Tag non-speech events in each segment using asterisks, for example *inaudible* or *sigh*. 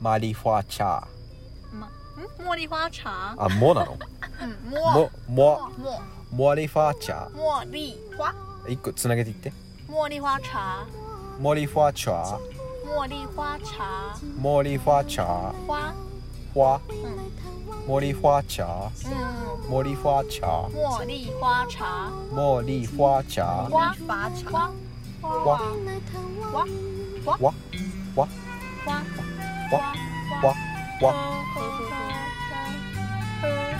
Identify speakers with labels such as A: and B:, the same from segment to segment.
A: マリファチャ
B: ま、ん茉莉花茶。
A: あ、もなの
B: うん、
A: も
B: 茉。、
A: も、
B: 茉。
A: モリファチャ
B: 茉莉花。
A: 一個つなげていって。
B: 茉莉花茶。
A: モリファチャ
B: 茉莉花茶。
A: モリファチャ
B: 花。
A: ファ
B: 嗯
A: モリファチャ
B: 嗯。
A: モリファチャ
B: 茉莉花茶。
A: モリファチャ
B: 花。花茶。花。
A: 花
B: 花。
A: わ、わ、
B: 花。
A: わ、わ、わ、
B: 呵呵呵。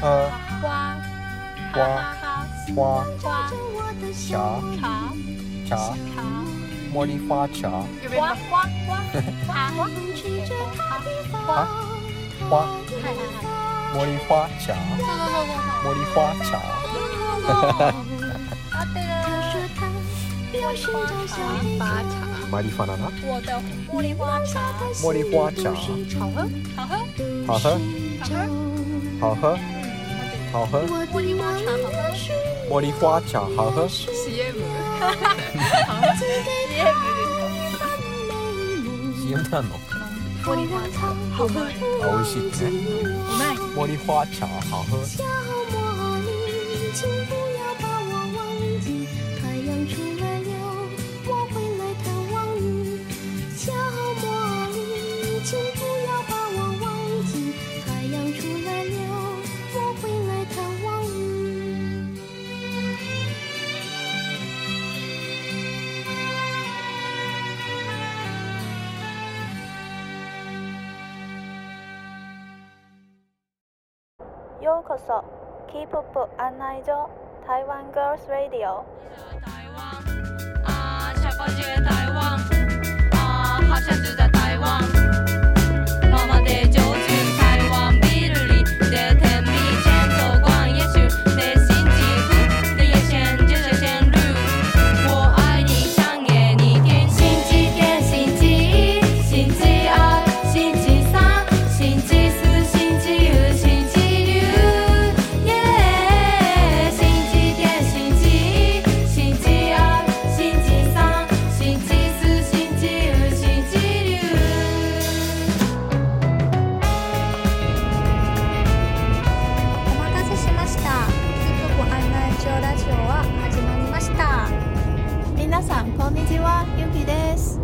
A: あ、
B: 花。
A: 花
B: 哈
A: ファ
B: 花。
A: チャチ
B: 茶。
A: ャ
B: 茶。
A: モリファチャ
B: 花花花。茶。花。花。
A: ファ
B: 嗨嗨嗨。
A: モリファチャ
B: 走走走走走。
A: モリファチャ
B: 啊，对了，
C: 发茶，
A: マリファナナ
B: 我的茉莉花茶，
A: モリファチャ
C: 好喝，
B: 好喝。
A: 好喝
B: 好喝。
A: 好喝好喝
B: 茉莉花茶好喝。
A: モリファチャ好喝
C: 喜悦母，
B: 耶，
A: CM なんの
B: 茉莉花茶好喝。
A: あ、美味しいってね
B: 我卖你。
A: モリファチャ好喝
D: 小茉莉，请不要把我忘记，太阳出来了，我会来探望你。小茉莉，请不要把我忘记，太阳出来了，我会来探望你。
E: ようこそ K-POP 案内所台湾 Girls Radio
F: 台湾啊，下巴街台湾啊，好像就在台啊湾。妈妈的酒精台湾比如里的甜蜜前走逛夜市的星期五的夜线就是线路。我爱你，想念你，天星期天、星期一、星期二、星期三、星期四、星期五、星期六，耶！星期天、星期一、星期二、星期三、星期四、星期五、星期六。
B: お待たせしました。キッコ案内所ラジオは始まりました。
E: 皆さんこんにちはゆきです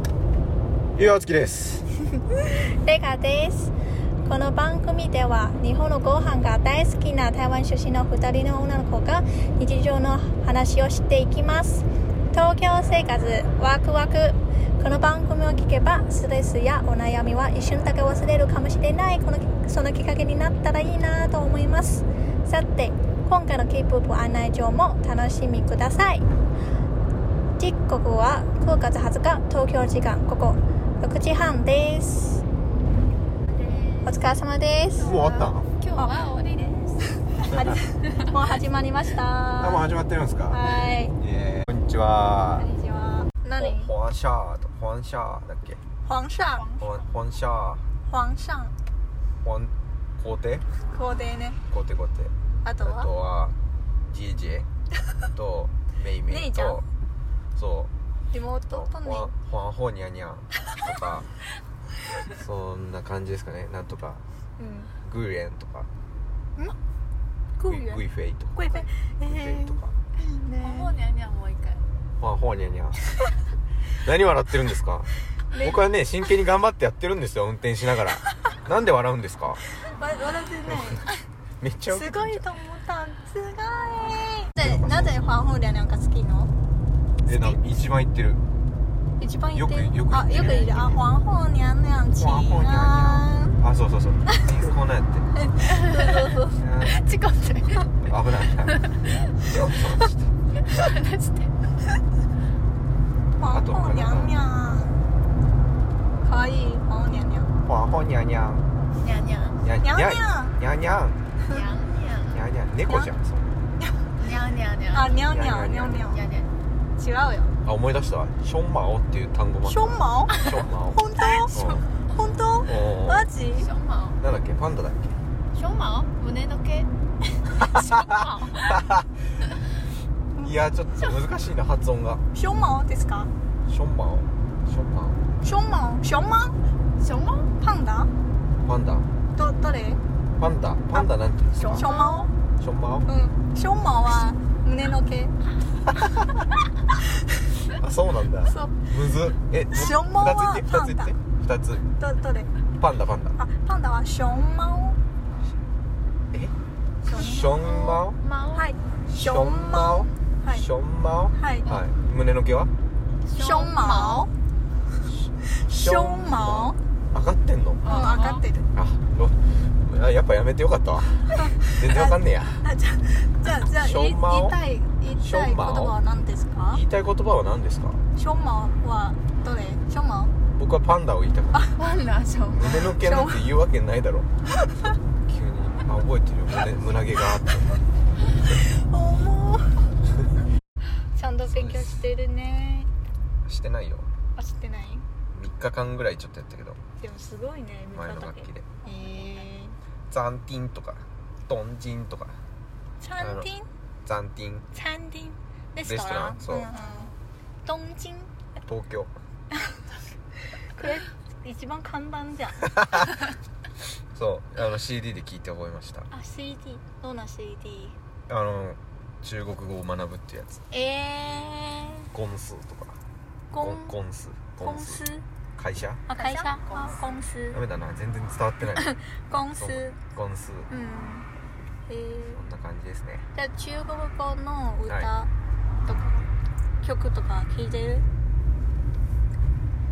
A: ゆうあつきです
B: レガです。この番組では日本のご飯が大好きな台湾出身の2人の女の子が日常の話をしていきます。東京生活ワクワク。この番組を聞けばストレスやお悩みは一瞬だけ忘れるかもしれないこのそのきっかけになったらいいなと思います。さて今回の K-POP 案内状も楽しみください。時刻は9月20日東京時間午後6時半です。お疲れ様です。
A: もう終わったの
B: 今日は終わりです。もう始まりました。
A: あもう
B: は
A: 始まってるんですか
B: い。
A: えーこんにちは
B: こんにちは。何？
A: 黄沙と黄沙だっけ
B: 皇上、
A: 黄黄沙
B: 皇上、
A: 黄皇帝
B: 皇帝ね。
A: 皇帝皇帝
B: あ
A: あ
B: と
A: と
B: は
A: はジェジェとメイメイ
B: 姉ちゃん
A: とそう
B: 妹
A: ホ
B: とね。
A: ワンホワンホーニャニャンと
B: *laughs*
A: かそんな感じですかねなんとか
B: うん。
A: グーレンとか
B: ク
A: グ
B: イ
A: イグイフェイとか
B: クイペ。
A: グイフェイとか
C: もうにゃにゃもう一回。
A: ホワンホーニャニャン *laughs* 何笑ってるんですか僕はね真剣に頑張ってやってるんですよ運転しながらなんで笑うんですか
B: わ *laughs* 笑ってない。
A: *laughs* めっちゃ
B: すごいと思った。すごい。で、なぜファンホーリャなんか好きの？
A: えなんか一番言ってる
B: 一番言って
A: よくよく言
B: あ
A: ってる
B: よくいるあファンホーニャンニャンチー
A: ホワンホーニャ
B: ナ
A: あそうそうそうこうなんやって
B: *laughs* ー。そうそうそう。
C: ちこって
A: あ危ない
C: 話して。
B: ファンホーニャンニャン。可愛いファンホーニャンニャン。
A: ホワホニャニャン
C: にゃにゃん。
A: ニャ
B: ニ
A: ニ
B: ャ
A: ャ
B: ン
A: ン
B: ニ
A: ニ
B: ャ
A: ャ
B: ン
A: ンニャン
C: にゃんにゃ
A: ニャンニャ
C: ん。
A: ン猫じゃんそう
C: にゃんにゃんにゃ
B: あ
C: ん。
B: ニャンニャンニャンニャン
C: に。ゃんにゃん。
B: 違うよ。
A: あ思い出したわションマオっていう単語もあった
B: ションマ
A: ションマオ
B: オ？本
A: う
B: 当？本当？
A: んお
B: マ
A: ー
B: ジ？
C: 小毛，
A: なんだっけパンダだっ
B: *laughs*
A: け
C: 小毛，胸の毛。小毛。
A: いやちょっと難しいな発音が
B: ションマオですか？
A: ションマオションマ
B: ションマオ、ションマ
C: 小毛。
B: オ、パンダ？
A: オパンダ
B: ど誰
A: パンダパンダなんて言うんですか
B: ショウマ
A: ションマ
B: オうんショウマオは胸の毛
A: オあそうなんだ
B: そう
A: むずっえ
B: ションマオは
A: 2つ言って2つ言って2つ
B: どどれ
A: パンダパンダ
B: あパンダはショウマオ
A: ションマオ
C: ま
B: はい
A: ションマオ
B: はい
A: ションマ
B: はい
A: オはい胸の毛は
B: ショウマオショウマオうん
A: 上がってんの
B: 上がってる
A: あろあやっぱやめてよかった
B: *laughs*
A: わ全然わかんねえや
B: あじゃあじゃあじゃあ
A: ショ
B: 言い
A: ウマ
B: 言
A: オ
B: いたい言い
A: シ
B: たい
A: ョウ
B: 言
A: マオ
B: 葉は何ですか
A: 言いたい言葉は何ですか
B: ショウマオはどれショウマオ
A: 僕はパンダを言いたかった
C: パンダション
A: 胸の毛なんて言うわけないだろ急にあ覚えてるよ胸胸毛があって
B: 重い *laughs* ちゃんと勉強してるね
A: してないよ
B: あ知ってない
A: 3日間ぐらいちょっとやったけど
B: でもすごいね
A: 前の
B: だ
A: 楽器で
B: えー、
A: 「ザンティン」とか「トンジン」とか
B: チャンティン
A: 「ザンティン
B: チャンティンレ
A: ストラン
B: レ
A: そう
B: 東京
A: 東京
B: これ一番簡単じゃん」
A: そうあの CD で聞いて覚えました
B: あ CD どんな CD
A: あの中国語を学ぶってやつ
B: え
A: 「ゴンス」とか「
B: ー、コ
A: ゴ
B: ン
A: ンゴンス」
B: 公
A: ゴン
B: 司
A: ス会社
B: あ会社あ公司
A: ダメだな全然伝わってない
B: 公司
A: そうゴンス
B: うんえー
A: こんな感じですね
B: じゃあ中国語の歌
A: は
B: とか、曲とか聞いてる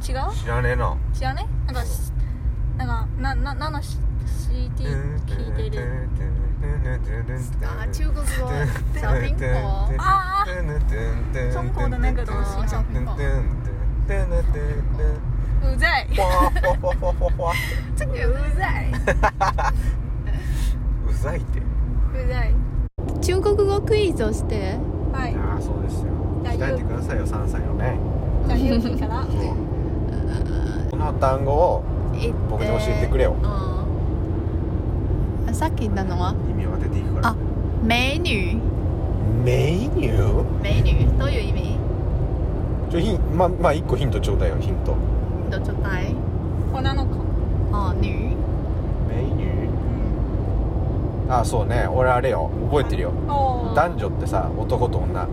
B: 違う
A: 知らねえな
B: 知らないなんかしなんかなな何の CD 聞いて
A: *laughs*
B: る
C: あ中国語小苹果
B: ああ中国的那个东西
C: 小苹果
B: うざい
C: 这个うざいう
A: ざいって
B: うざい
C: 中国語クイズをして
B: はい
A: いやーそうですよ鍛えてくださいよ3歳のね
B: じゃあゆうきから
A: この単語を
C: 言って
A: 僕に教えてくれよ
C: うんさっき言ったのは
A: 意味を当てていくから
C: あ美女
A: メニュー
C: 美女どういう意味
A: ちょひままあ1個ヒントちょうだいよヒント
C: どうちょうだい
B: 女の子
C: あ女
A: メニューあそうね俺あれよ覚えてるよ
B: おお
A: 男女ってさ男と女
B: うん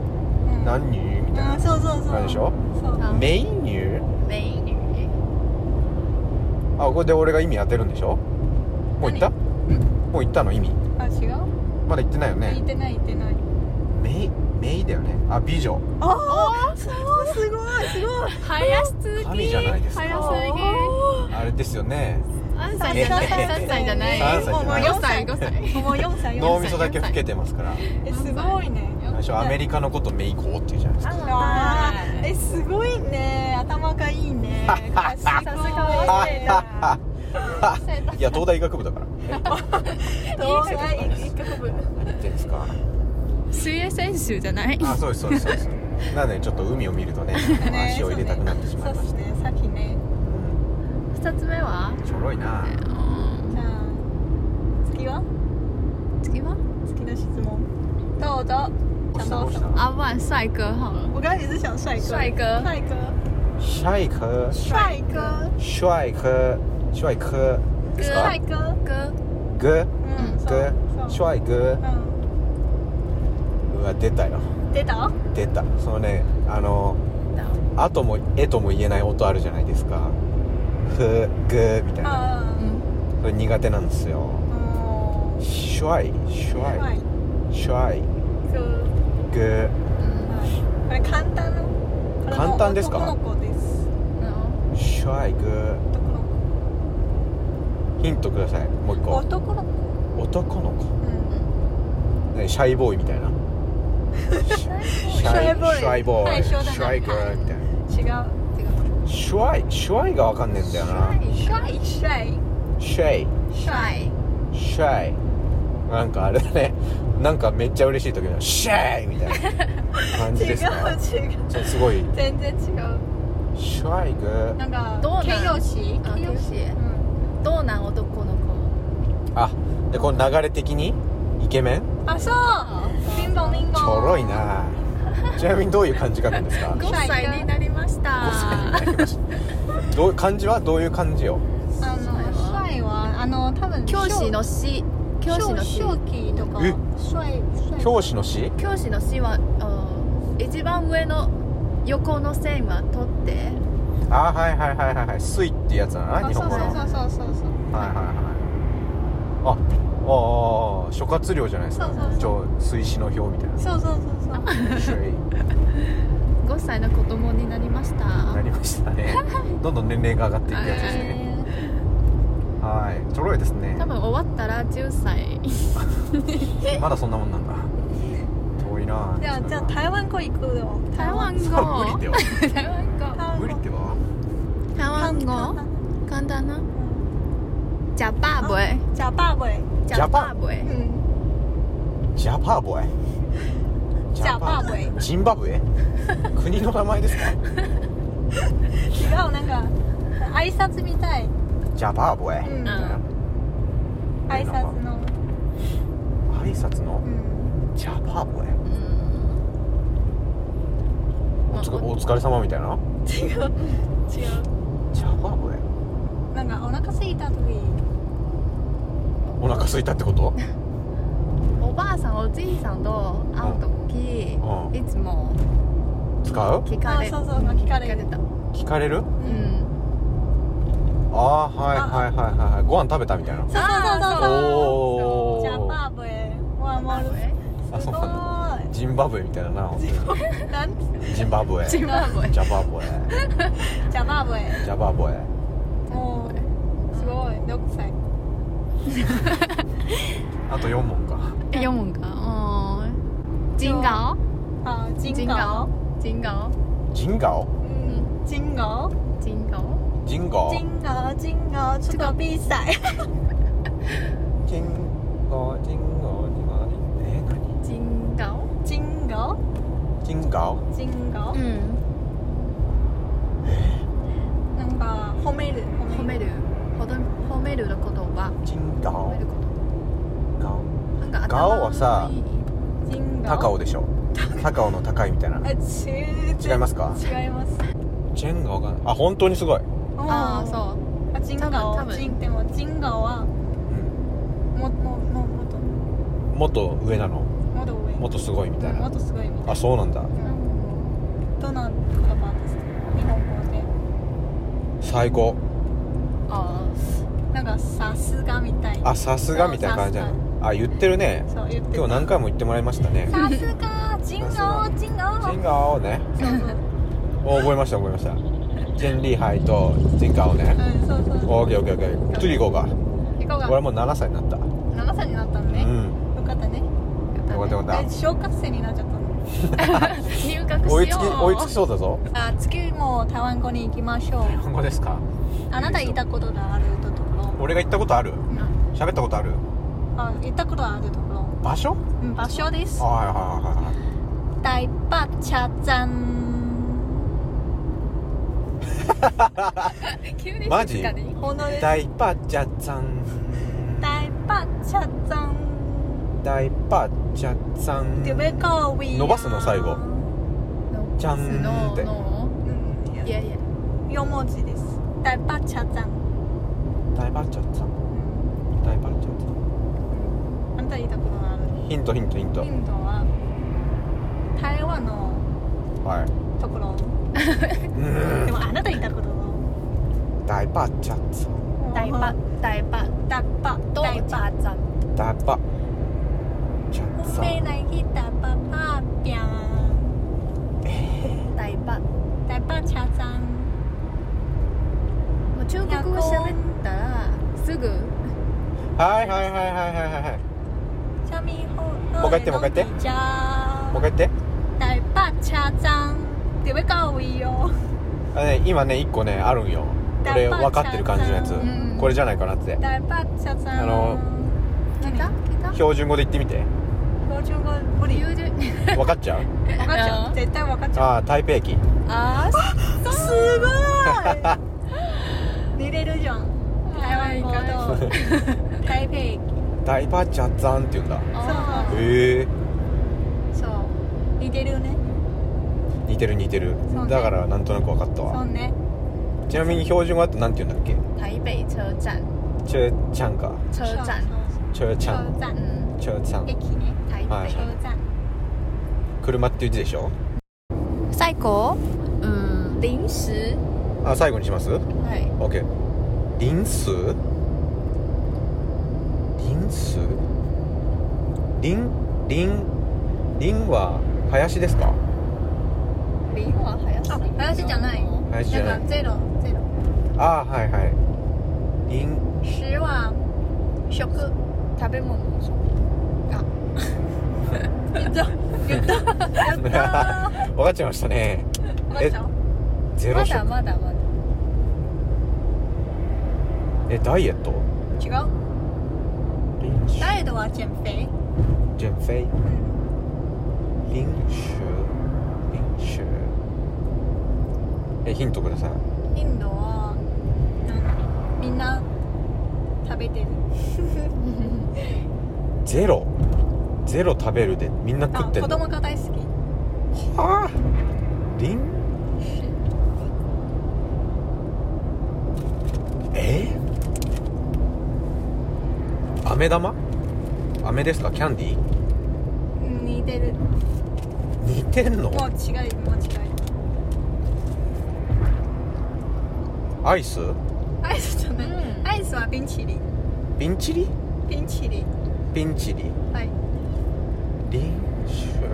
A: 何人みたい
B: あ
A: な
B: そうそうそう
A: なんでしょ
B: そう
C: あ
A: メニュー
C: 美女
A: あこれで俺が意味当てるんでしょもう言った
B: 何
A: もう言ったの意味
B: あ違う
A: まだ言ってないよ
B: 言
A: ね
B: ってない言ってない
A: メイメイだよねあ美女
B: ああそうすごいすごい
C: 早すぎ
A: 神じゃないですか
C: 早すぎ
A: あれですよね
C: 3歳じゃない3歳じゃない
A: 3歳じゃない
C: 5歳5歳
B: もう四歳
A: 脳
B: 四
A: み
B: 歳
A: そだけ老けてますから
B: えすごいね
A: 最初アメリカのことメイコーって言うじゃないですか
B: あーえすごいね頭がいい
A: *laughs*
B: ねさすが
A: は
B: は
A: はは *laughs* はいや東大医学部だから
B: 東大医学部
A: 言ってんですか
C: 水泳選手じゃない
A: あそうですそうですそうですなのでちょっと海を見るとね
B: ね
A: 足を入れたくなってしまいま
B: そう
A: し
B: です
A: た
B: ねさっきね
C: 2つ目は
A: ちょろいな
B: じゃあ次は
C: 次は
B: 次の質問どうぞ
A: どうした
B: ど
A: どう
B: う
A: し
B: ぞ
A: た
C: 啊，问帅哥好了。
B: 我刚才也是想帅哥
C: 帅哥
B: 帅哥
A: シャイク
B: 帅哥
A: シュワイクシュワイクですか
B: 帅哥
C: 哥，
A: グ
B: うん
A: グ
B: そう
A: シュ
B: そう
A: ワイグ
B: う
A: うわ出たよ
B: ん出た
A: 出たそのねあのあともえとも言えない音あるじゃないですかふぐみたいな
B: あ
C: 嗯，
A: それ苦手なんですよ
B: ーもう
A: シュワイシュワ
B: 帅
A: イシュワイ
B: 哥
A: グ
B: はいこれ簡単のこれも
A: 簡単ですか
B: 男の子です
A: シュワイグ
B: 男の子
A: ヒントくださいもう一個
B: 男の子
A: 男の子
B: うん
A: ねシャイボーイみ
B: *laughs*
A: たいなシャイシ
B: ャイボーイ
A: ャイボーイ
B: 最
A: シ
B: 初だな
A: ャイグーみたいな
B: 違う
A: シュワイシュワイがわかんねえんだよな
B: 帅帅
A: シェイ
C: 帅，
A: シャイなんかあれだねなんかめっちゃ嬉しい時のシャイみたいな感じ
B: 違う違
A: ですね
B: う
A: ちょっとすごい
B: 全然違う
A: シャイグ
B: なんか
C: どうなん
B: 形容詞
C: 啊，
B: 形
C: 对
B: 容
C: 不
B: 詞
C: 起
B: う，ん
C: どうなん男の子。
A: あでこの流れ的にイケメン
B: あそうリンボンリンボン
A: ちょろいなちなみにどういう漢字書くんですか
C: 五歳になりました。
A: どう漢字はどういう漢字よ
B: あの
C: 帅は
B: 帅はあの多分
C: 教師の詩教師の詩
B: 正気とか
A: え
B: 帥帥
A: 教師の詩
C: 教師の詩はあー一番上の横の線は取って
A: ああはいはいはいはいはい水ってやつだな
B: そう
A: 日
B: そ
A: 本
B: う
A: 語のはい
B: そうそうそうそう
A: はいはいあああ諸葛亮じゃないですか
B: そうそうそう
A: ちょ水死の表みたいな
B: そうそうそうそう
A: 種類に
C: 5歳の子供になりました
A: なりました
B: *laughs*
A: ねどんどん年齢が上がっていくやつですね
B: えー
A: はいちょろいですね
C: 多分終わったら10歳
A: まだそんなもんなんだ遠いな
B: じゃあじゃあ台湾語行くよ
C: *laughs* 台湾語
A: そう無理では
C: 台湾語
B: 台湾語
A: 無理では
C: 台湾語簡単なジャパーボイ
B: じゃあ爸爸
A: ジャパ
C: ボイ
B: うん
A: ジャパーボイ
B: ジャパーボイ
A: ジンバブエ国の名前ですか
B: 違うなんか挨拶みたい
A: ジャパーボイ、
B: うん挨
A: 挨
B: 拶の
A: 拶の
B: うん
A: ジャパーボイ
C: うん
A: おつか
C: うん
A: お疲れ様みたいな
B: 違う違う
A: ジャパーボイ
B: なんかお腹すいた時
A: お腹空いたってこと
C: おばあさんおじいさんと会う時
A: うん
C: いつも
A: 使う
C: 聞
B: あ
C: かれ
B: そうそう聞かれる
C: 聞た
A: 聞かれる
B: う
C: うんん
A: ああーはいはいはいはいはいご飯食べたみたいな
B: そうそうそうそう
A: おお
B: ジャパーブエはもう
A: あ
B: す
A: そ
B: ご
A: うないジンバブエみたいだな本当に
B: なんて
A: ジンバブエ
C: ジ
A: ジ
C: ンバブエ
A: ャパーボイ
B: ジャパーブエ
A: ジャパーボイ
B: もうすごい6歳
A: あと4問か
C: 4問かうんジンガ
B: あ
C: オ
B: 人狗
C: ジンガオ
A: ジンガオ
B: 嗯金狗
C: ジンガオ
A: ジンガオ
B: 金狗金狗出国比赛
A: ジンゴジンゴジンゴえー、何
C: ジンガオ
B: 金狗
A: ジンガオ
B: 金狗
C: うん
B: なんか褒める
C: 褒めるほど褒めるの言葉
A: ジンガ
C: 褒
A: オ
C: めること
A: ガオ
C: なんか頭
A: ガオはさ
C: いい
B: 金狗
A: 高尾でしょ高尾の高いみたいな
B: えち
A: 違いますか
B: 違います
A: ジェンがわかんないあ本当にすごい、
C: ああそう
B: う金
C: 多分多
B: 狗
C: 分
B: 金でも金狗は
A: うん、
B: ももももっと
A: もっと上なの
B: もっと上
A: もっとすごいみたい
B: うんも
A: な
B: っとすごいみた
A: あ
B: い
A: そうなんだ
B: なうんどの言葉ですか日本語で
A: 最高
C: あ
B: なんかさすがみたい
A: あさすがみたいな感じじゃ
B: そう
A: なあ言ってるね
B: そう言って
A: 今日何回も言ってもらいましたね
B: さすが金
A: さ
B: 狗金
A: ジン
B: 狗
A: ガオね
B: そうそう
A: お覚えました覚えましたジェンリーハイとジンガオね
B: うんそうそう
A: オーケーオーケーオーケー次行こうか
B: 行こう
A: 俺
B: か
A: もう7歳になったう
B: 7歳になったのね、
A: ん
B: よかったね
C: ー
A: よかったよか
B: え
A: っ
B: 小学生になっちゃったの
C: たね入学しよう
A: 追いつき追いつきそうだぞ
B: あ次も台湾語に行きましょう
A: 日本語ですか
B: あなた行ったことがあるところ
A: 俺が行ったことある
B: うん
A: 喋ったことある
B: あ行ったことあるところ
A: 場所
B: うん場所
A: はい
B: で
A: はい
B: す
A: はいはい
B: 台北茶山
C: 急に
A: マジ
C: 静かに
B: 本当です
A: 大パッチャツァン
B: 台北茶山
A: 大パッチャツァ
B: デュベ
A: ン
B: コウィ
A: 伸ばすの最後じゃん
C: スノーノーいやいや
B: 4文字です台北茶山
A: 大パッチャツァン
B: うん
A: 大パッチャツァ
B: あなた行ったことがある
A: ンヒントヒントヒント
B: ヒントは台湾の
A: はい
B: ところ
A: うん
B: でもあなたいたことの
A: 大パッチャツァン
C: 大パ大パ
B: ダッパ
C: と
B: ダイ
C: チャ
B: パ
C: ーザン
A: 大パッチャツァ
B: 運命
A: ン
B: ない日ダッパパーピャン
C: 大パも
B: ダッパチャザン
C: う中国語喋ったらすぐ
A: はいはいはいはいはいはいはい
B: チャミホ
A: もう一回言ってもう一回言って
B: じゃ
A: もう一回言って
B: ダッパチャザンデベカウィよ
A: あね今ね一個ねあるんよこれ分かってる感じのやつ
C: ん
A: これじゃないかなって
B: ダッパチャザン
A: あの
C: 聞いた聞いた
A: 標準語で言ってみて
B: 標準語無理
C: 友人
A: 分かっちゃう
B: 分かっちゃう絶対分かっちゃう
A: ああ台北駅
B: あーすごい似れるじゃん台湾語と台北駅
A: 大パッチャツァンって言うんだ
C: あ
B: そ
A: へえ
B: うそう似てるね
A: 似てる似てる、
B: そうね
A: だからなんとなく分かった
B: そう
A: わ
B: ね
A: ちなみに標準語だとなんて言うんだっけ
C: ー台北車站
A: チョヨちゃんか
C: 车站
A: チョヨちゃん
B: 車站
C: うん
A: チョヨちゃん
B: 駅ね
C: 台
A: は
C: 北
A: い
B: 車站
A: 車っていう字でしょ
B: 最高
C: うん零食
A: あ最後にします
C: はい
A: OK 林数林数林林林は林ですか
C: 零は林
B: あ林じゃない
A: 林じゃな
B: ないんかゼロゼロ
A: あーはいはい林
B: 十は食
C: 食べ物の食
B: やったー
A: *laughs* 分かっちゃいましたね
B: ま
A: え
B: だ
A: ゼロ
C: ま
A: 食
C: だまだまだ
A: えダイエット
B: 違う
A: 林
B: ダイエットは減肥
A: 減肥林数林数えヒントください
B: インドはなんみんな食べてる
A: ゼロゼロ食べるでみんな
B: あ
A: 食ってん
B: 子
A: の
B: 供が大好き
A: はあ林え飴玉飴ですかキャンディー
B: うん似てる
A: 似てんの
B: もう違うもう違う
A: アイス
B: アイスじゃない、
C: うん
B: アイスはピンチリ
A: ピンチリ
B: ピンチリ
A: ピンチリ
B: はい
A: リンシュ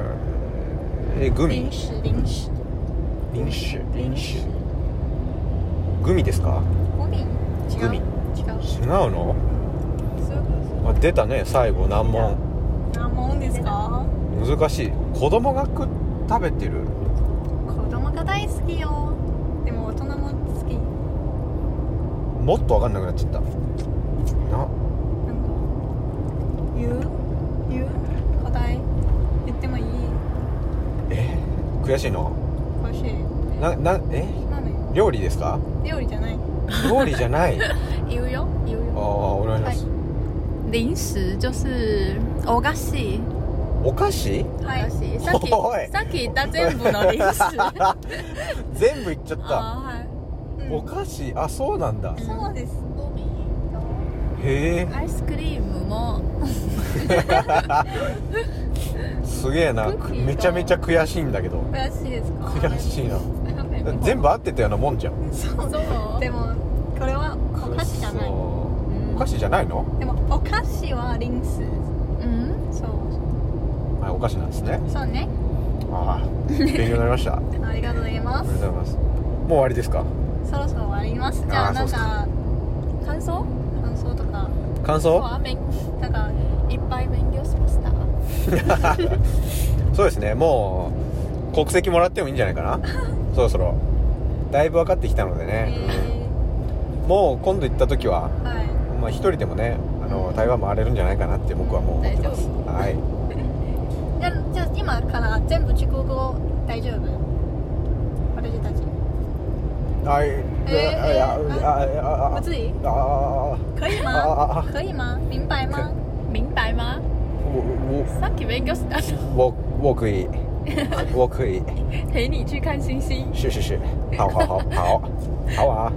A: えグミ
B: 零食零食
A: リンシュ
B: リンシ
A: グミですか
B: グミ違
A: グ
B: う
A: ミ
B: 違う
A: 違うのあ出たね最後難問
B: 何問ですか
A: 難しい子供が食食べてる
B: 子供が大好きよでも大人も好き
A: もっと分かんなくなっちゃったな
B: なんか言う言う答え言ってもいい
A: え悔しいの
B: 欲しい
A: ななえ
B: 何
A: 料理です
B: *laughs*
A: か
B: 料理じゃない
A: 料理じゃないあ
C: 言うよ言う
A: あ
C: よ
A: お願いします、
C: 零食就是お菓子
A: お菓子
B: は
C: お菓
B: い
C: 子さ
A: お
C: っ
A: い
C: きさっき言った全部の零食
A: 全部いっちゃった
B: あーはい、うん
A: お菓子あそうなんだ
B: そうです
C: グミ
A: へ
C: アイスクリームも
A: えすげえな
C: クッキーと
A: めちゃめちゃ悔しいんだけど
B: 悔しいです
C: *laughs*
B: か
A: 悔しいな全部合ってたようなもんじゃん
B: そう
C: そう
B: でもこれはお菓子じゃない
A: そう
C: うん
A: お菓子じゃないの
B: でもお菓子はリンス
C: うん
B: そう
A: あお菓子なんですね
B: そうね
A: ああ勉強になりましたあり
B: ありがとうございま
A: がとうご
B: す
A: ざいますもう終わりですか
B: そろそろ終わりますじゃ
A: あ
B: あ
A: ー
B: なんか感想感想とか
A: 感想
C: 今日は勉
B: なんか
C: いっぱい勉強しました
A: *laughs* そうですねもう国籍もらってもいいんじゃないか
C: *laughs*
A: なそろそろだいぶ分かってきたので
B: え
A: ね、
B: ー、
A: もう今度行った時は、
B: はい
A: まあ、一人でもねあの台湾回れるんじゃないかなって僕はもう思ってます、はい
B: じゃあじゃあ今から全部中国語大丈夫私たち
A: はい
B: えー
A: あああ
B: 我
A: あ *laughs*
B: 自己
A: ああ
B: 可以
A: あ
B: 吗？
A: ああ
B: 可以吗？明白
A: *laughs*
B: 吗？
C: 明白吗さっき勉強したの
A: 我我可以我可以
C: 陪你去看星星
A: 是是是好好好好好啊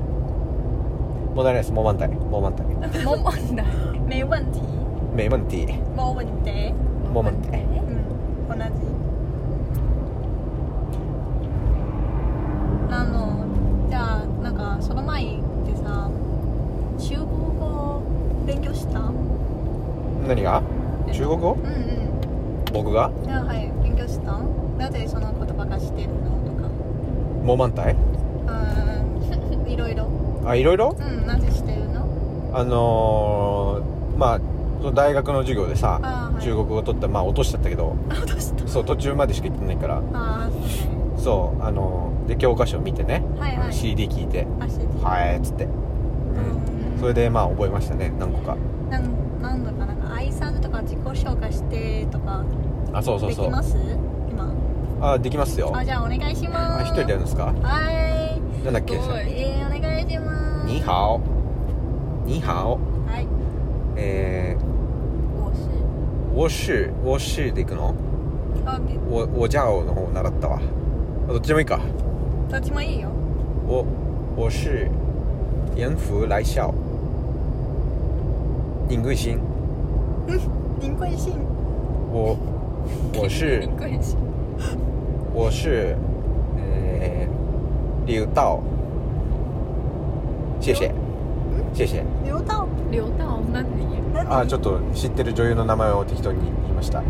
A: 問題ないですもう満タイもう満
C: *laughs*
A: タイ
C: ももんだ
B: 没问题，
A: 没問题
B: 没问题。
A: もう満タイ
B: 嗯，同じ。あのじゃあなんかその前でさ中国語勉強した？うん
A: 何が中国語
B: うん。
A: 僕が
B: じゃあはい勉強した。なぜその言葉がしてるのとか。
A: もう満タイ
B: うん *laughs* いろいろ。
A: あいろいろ
B: うんなぜしてるの？
A: あのー、まあその大学の授業でさ、
B: あーはい
A: 中国語取ったまあ落としちゃったけど
B: あどうした？
A: そう途中までしか行ってないから
B: ああそうね。
A: そうあのーで教科書見てね、
B: はいはい。
A: CD 聞いて
B: あ教
A: 「
B: えて
A: はい」っつって、うんそれでまあ覚えましたね何個か
B: なんなんだかなんか挨拶とか自己紹介してとか
A: あそうそう
B: で
A: そ
B: き
A: う
B: ます今
A: あできますよ
B: あじゃあお願いし
A: あ
B: ま
A: 一人
B: す
A: でやるんですか
B: は
A: なんだっけ
C: すご
B: ー
C: い
B: いえー、お願いします
A: ニーハオニーハオ
B: はい
A: えー
C: 我是
A: ウォッシュウォッシュで行くの
B: あで
A: ウォウォジャオの方習ったわあどっちでもいいか
B: どっちもいいよ
A: 我我是严福来校。尹贵新，
B: 林贵信，
A: 我我是
B: 林贵信，
A: 我是呃刘道，谢谢谢谢
B: 刘道
C: 流到何
A: あちょっと知ってる女優の名前を適当に言いましたあ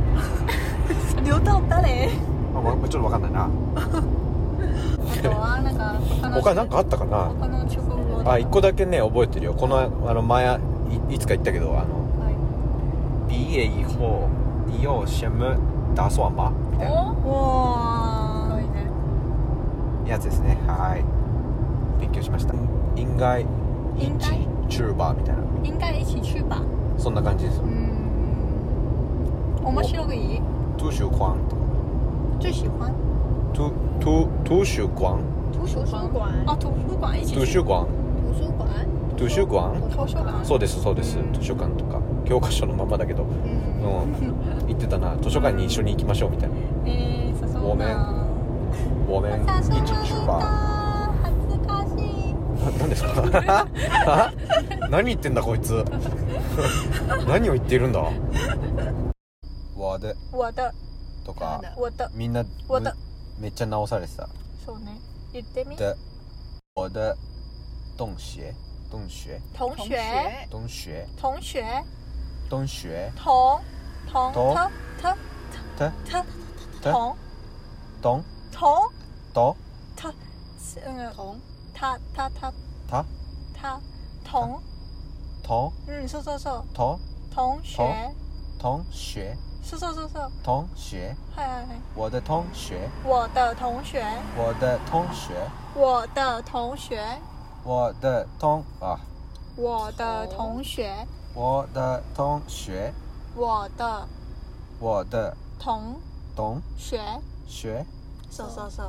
B: 劉道誰？
A: わちょっとわかんないな
B: あとはなんか他の
A: 他なんかあったかな
B: 他の中国語で
A: あ一個だけね覚えてるよこのあの前いいつか言ったけどあの
B: はい
A: 毕业以后你有什么打算吗みたいな
B: おー
A: やつですねはい勉強しました应该一
B: 应该
A: チューバーみたいな
B: 应该一起去吧。
A: そんな感じですよ
B: 嗯，面白い。
A: トゥーシュークワンとか
B: 最喜欢
A: トゥトゥトゥーシュークワン
B: 图书馆哦，图书馆一起
A: トゥー
B: 去。
A: シュークワン
B: 图书馆，
A: トゥーシュークワン
B: 图书馆。
A: そうですそうです図書館とか教科書のままだけどうん
B: 嗯，
A: *laughs* 行ってたな図書館に一緒に行きましょうみたいな
B: 诶，誘う
A: ごめん
B: な。
A: ごめん一
B: 誘われ
A: チュー
B: た
A: バー。
B: 恥ずかしい。
A: な何ですか *laughs* あ何言ってんだこいつ *laughs* 何を言っているんだわで
B: 我的，
A: とか
B: 我的，
A: みんな
B: わだ
A: めっちゃ直されてた
B: そうね。言ってみ。
A: で我的同学同学
B: 同学，
A: 同学
B: 同学，
A: 同学
B: 同，同，
A: 同哎
B: 他，他，
A: た
B: 他，
A: た
B: 同，
A: 同
B: 同，
A: と
B: 他，嗯，同，他，他，
A: た
B: 他，他，同，
A: と
B: 嗯，そうそうそう。
A: と
B: 同学，
A: 同学
B: 是是是是，
A: 同学
B: 嗨嗨嗨，
A: 我的同学
B: 我的同学，
A: 我的同学
B: 我的同学，
A: 我的同啊
B: 我的同学，
A: 我的同学
B: 我的
A: 我的
B: 同
A: 同
B: 学，
A: 学
B: 是是是，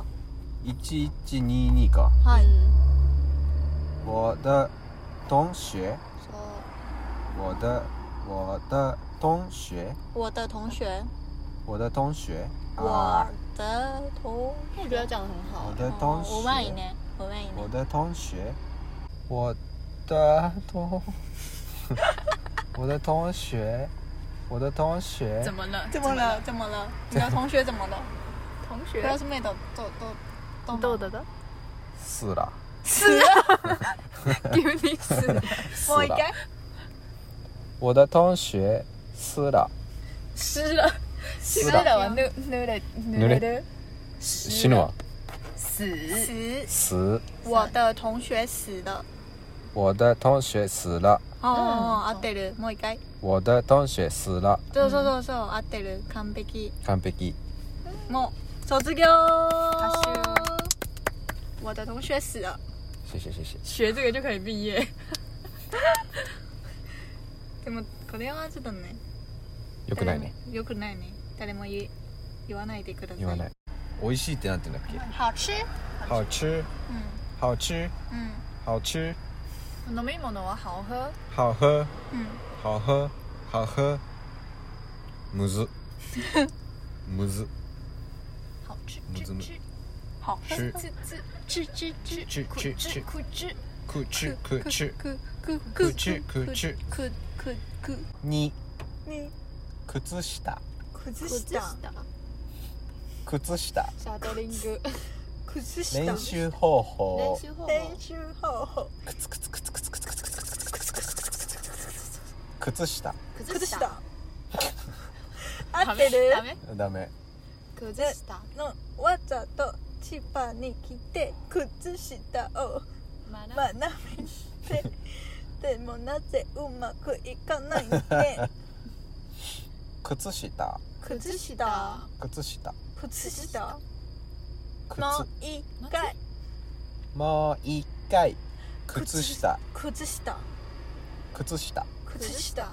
A: 1122か
B: 嗨，
A: 我的同学我的我的同学
B: 我的同学，
A: 我的同学
B: 我的同，
C: 我觉得讲的很好
A: 啊我。的同
B: 我万一呢
A: 学，
B: 我万一
A: 我
B: 呢，
A: 的同学我的
B: *laughs*
A: 同我的同学我的同学
C: 怎么了？
B: 怎么了？怎么了？你的同学怎么了？
C: 同
B: 不
C: 学
B: 要是妹的，都都都
C: 豆豆的，
A: 死了
C: 丢
A: *laughs*
C: 你死！
A: 死
B: 我应该
A: 了我的同学死了
C: 湿了，湿了，ぬぬれぬ
A: れ
C: れ
A: 死ぬわ
C: 死。
B: 死，
A: 死
B: 我的同学死了。
A: 我的同学死了
B: 哦，合ってる。もう一回。
A: 我的同学死了
B: そうそうそうそう、合ってる。完璧。
A: 完璧
B: もう卒業。我的同学死了。
A: 谢谢谢谢
C: 学这个就可以毕业。
B: *laughs* でもこれはちょっとね。
A: よくないね
B: 誰も。よくないね。誰も言い言わないでください。
A: 言わない。美味しいってなんて言うんだっけ
B: 好吃。
A: 好吃
B: うん
A: 好吃
B: うん
A: 好吃
C: 飲み物は好喝。
A: 好喝
B: うん。
A: 好喝好喝む
B: *laughs*
A: ずむず
C: 好吃
A: むずむ
C: 吃
B: 好
A: 吃
C: 吃吃吃吃吃
A: 吃吃吃
C: 苦吃
A: くちくち
B: くく
A: くちくち
B: くくく
A: に
B: に
A: 靴下
B: 靴
C: 苦吃
B: 下
A: 靴下
C: シャドリング
B: 靴下
A: 練習方法
C: 習方
B: 練習方法
A: くつくつくつくつくつくつくつくつくつくつくつくつくつく靴下
B: 靴下合ってる
C: メ
A: ダメ
C: 靴
B: 下のわざと千葉に来て靴下を学びて
A: *laughs*
B: でもなぜうまくいかないね
A: *laughs* 靴下靴
B: 靴下
A: 下
B: 靴下
A: 靴
B: もう一回
A: もう一回靴下
B: 靴下
A: 靴下
B: 靴下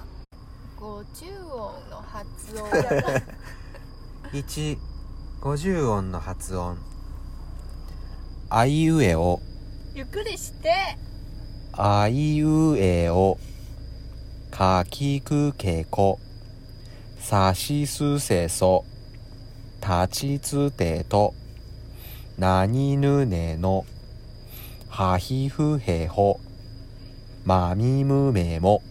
C: 五十音の発音
A: 一五十音の発音あいうえお
B: ゆっくりして
A: あいうえおかきくけこさしすせそたちつてとなにぬねのはひふへほまみむめも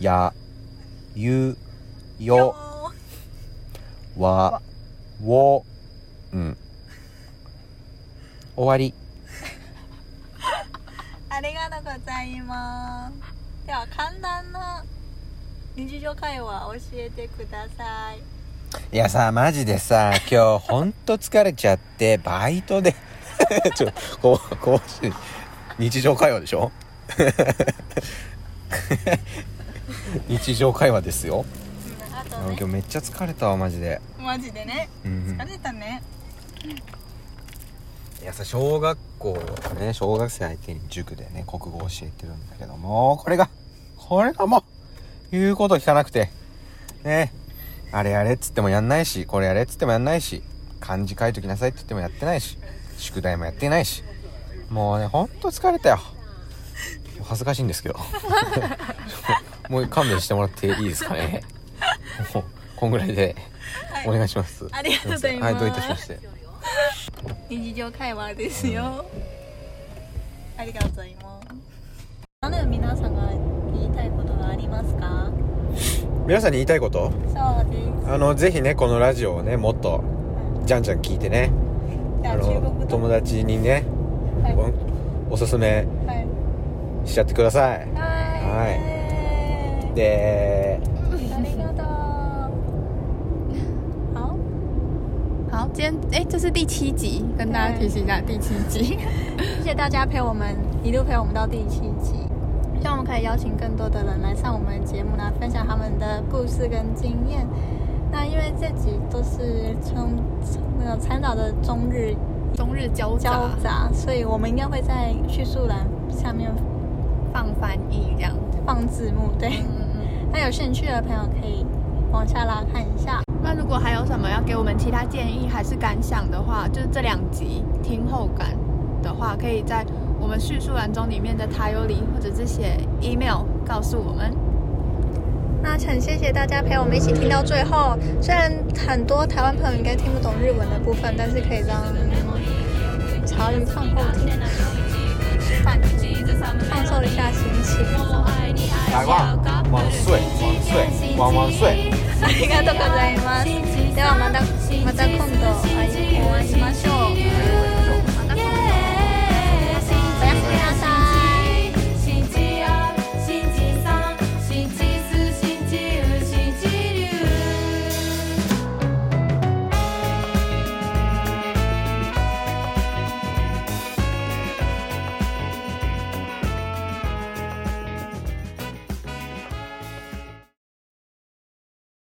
A: やゆよわをん終わり
C: ありがとうございます。では簡単な日常会話教えてください。
A: いやさマジでさ今日ほんと疲れちゃってバイトで *laughs* ちょこうこうし日常会話でしょ *laughs* 日常会話ですよ
C: うん、あと
A: 今
C: ね
A: 日めっちゃ疲れたわマジで、
C: マジでね
A: うんうん
C: 疲れたね。
A: いやさ小学校ね小学生相手に塾でね国語を教えてるんだけどもうこれがこれがもう言うこと聞かなくてねあれやれっつってもやんないしこれやれっつってもやんないし漢字書いときなさいって言ってもやってないし宿題もやってないしもうねほんと疲れたよ恥ずかしいんですけど *laughs* もう勘弁してもらっていいですかねもうこんぐらいでお願いします、
C: ありがとうございます
A: はいどういたしまして
C: 日常会話ですよ。
A: 嗯
C: ありがとうございます。あの皆さん
B: 啊
C: が言いたいことがありますか？
A: 皆さんに言いたいこと
B: 啊
C: そうです。
A: あのぜひねこのラジオをねもっとじゃんじゃん聞いてね
C: じゃ
A: あ
C: あ中
A: の
C: 国
A: 友
C: と。
A: 達にね、
C: はい
A: おおすすめ
C: はい。
A: しちゃってください
C: はい。
A: で
C: ありがとう。好，
G: 好，今天哎，这是第七集，跟大家提醒一下，第七集，
C: 谢谢大家陪我们一路陪我们到第七集，希望我们可以邀请更多的人来上我们的节目，来分享他们的故事跟经验。那因为这集都是从从那个参考的中日
G: 中日交
C: 交
G: 杂
C: 杂，所以我们应该会在叙述栏下面
G: 放翻译这样。
C: 放字幕。对，
G: 嗯嗯嗯。
C: 那有兴趣的朋友可以往下拉看一下。
G: 那如果还有什么要给我们其他建议还是感想的话，就是这两集听后感的话，可以在我们叙述栏中里面的 t i 里，或者是写 email 告诉我们。
C: 那很谢谢大家陪我们一起听到最后。虽然很多台湾朋友应该听不懂日文的部分，但是可以让潮流唱后听，放放松一下心情。
A: 台湾万岁万岁万万岁
C: ありがとうございます。ではまたまた今度会いお会いしましょう。